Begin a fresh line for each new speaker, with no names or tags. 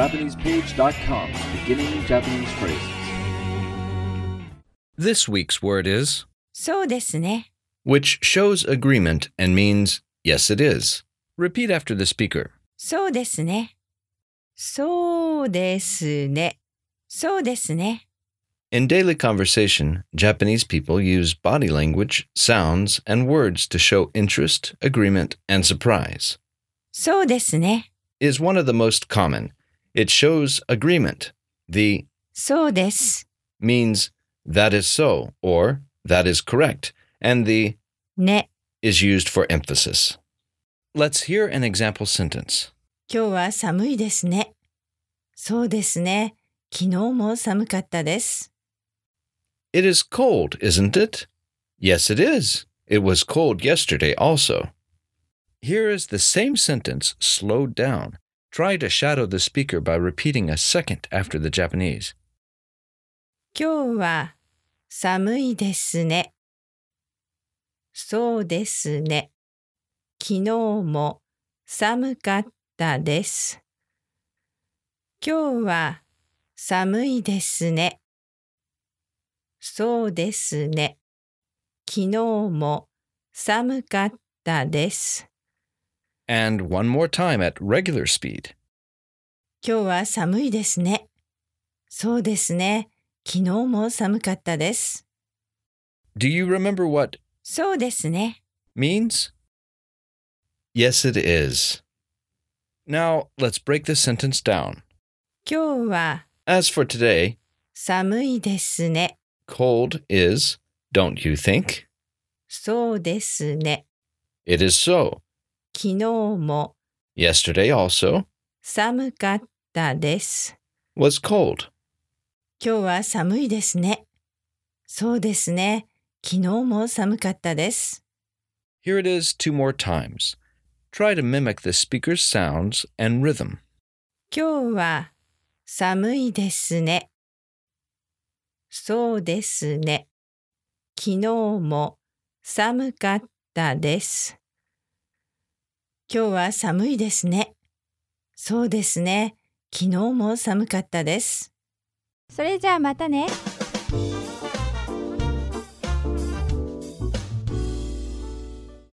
JapanesePage.com, beginning Japanese phrases.
This week's word is,
そうですね。
which shows agreement and means, yes, it is. Repeat after the speaker.
そうですね。そうですね。そうですね。
In daily conversation, Japanese people use body language, sounds, and words to show interest, agreement, and surprise.
そうですね。
Is one of the most common. It shows agreement. The
そうです。
means that is so or that is correct, and the
ね。
is used for emphasis. Let's hear an example sentence.
今日は寒いですね。そうですね。昨日も寒かったです。
It is cold, isn't it? Yes, it is. It was cold yesterday also. Here is the same sentence slowed down. Try to shadow the speaker by repeating a second after the Japanese.
今日は寒いですね。そうですね。昨日も寒かったです。今日は寒いですね。そうですね。昨日も寒かったです。
And one more time at regular speed.
今日は寒いですね。そうですね。昨日も寒かったです。
Do you remember what
そうですね。
means? Yes, it is. Now, let's break this sentence down.
今日は
As for today,
寒いですね。
cold is, don't you think?
そうですね。
It is so.
昨日も
Yesterday also.
寒かったです。
was cold.
今日は寒いですね。そうですね。昨日も寒かったです。
Here it is two more times. Try to mimic the speaker's sounds and rhythm.
今日は寒いですね。そうですね。昨日も寒かったです。今日は寒いですね。そうですね。昨日も寒かったです。
それじゃあまたね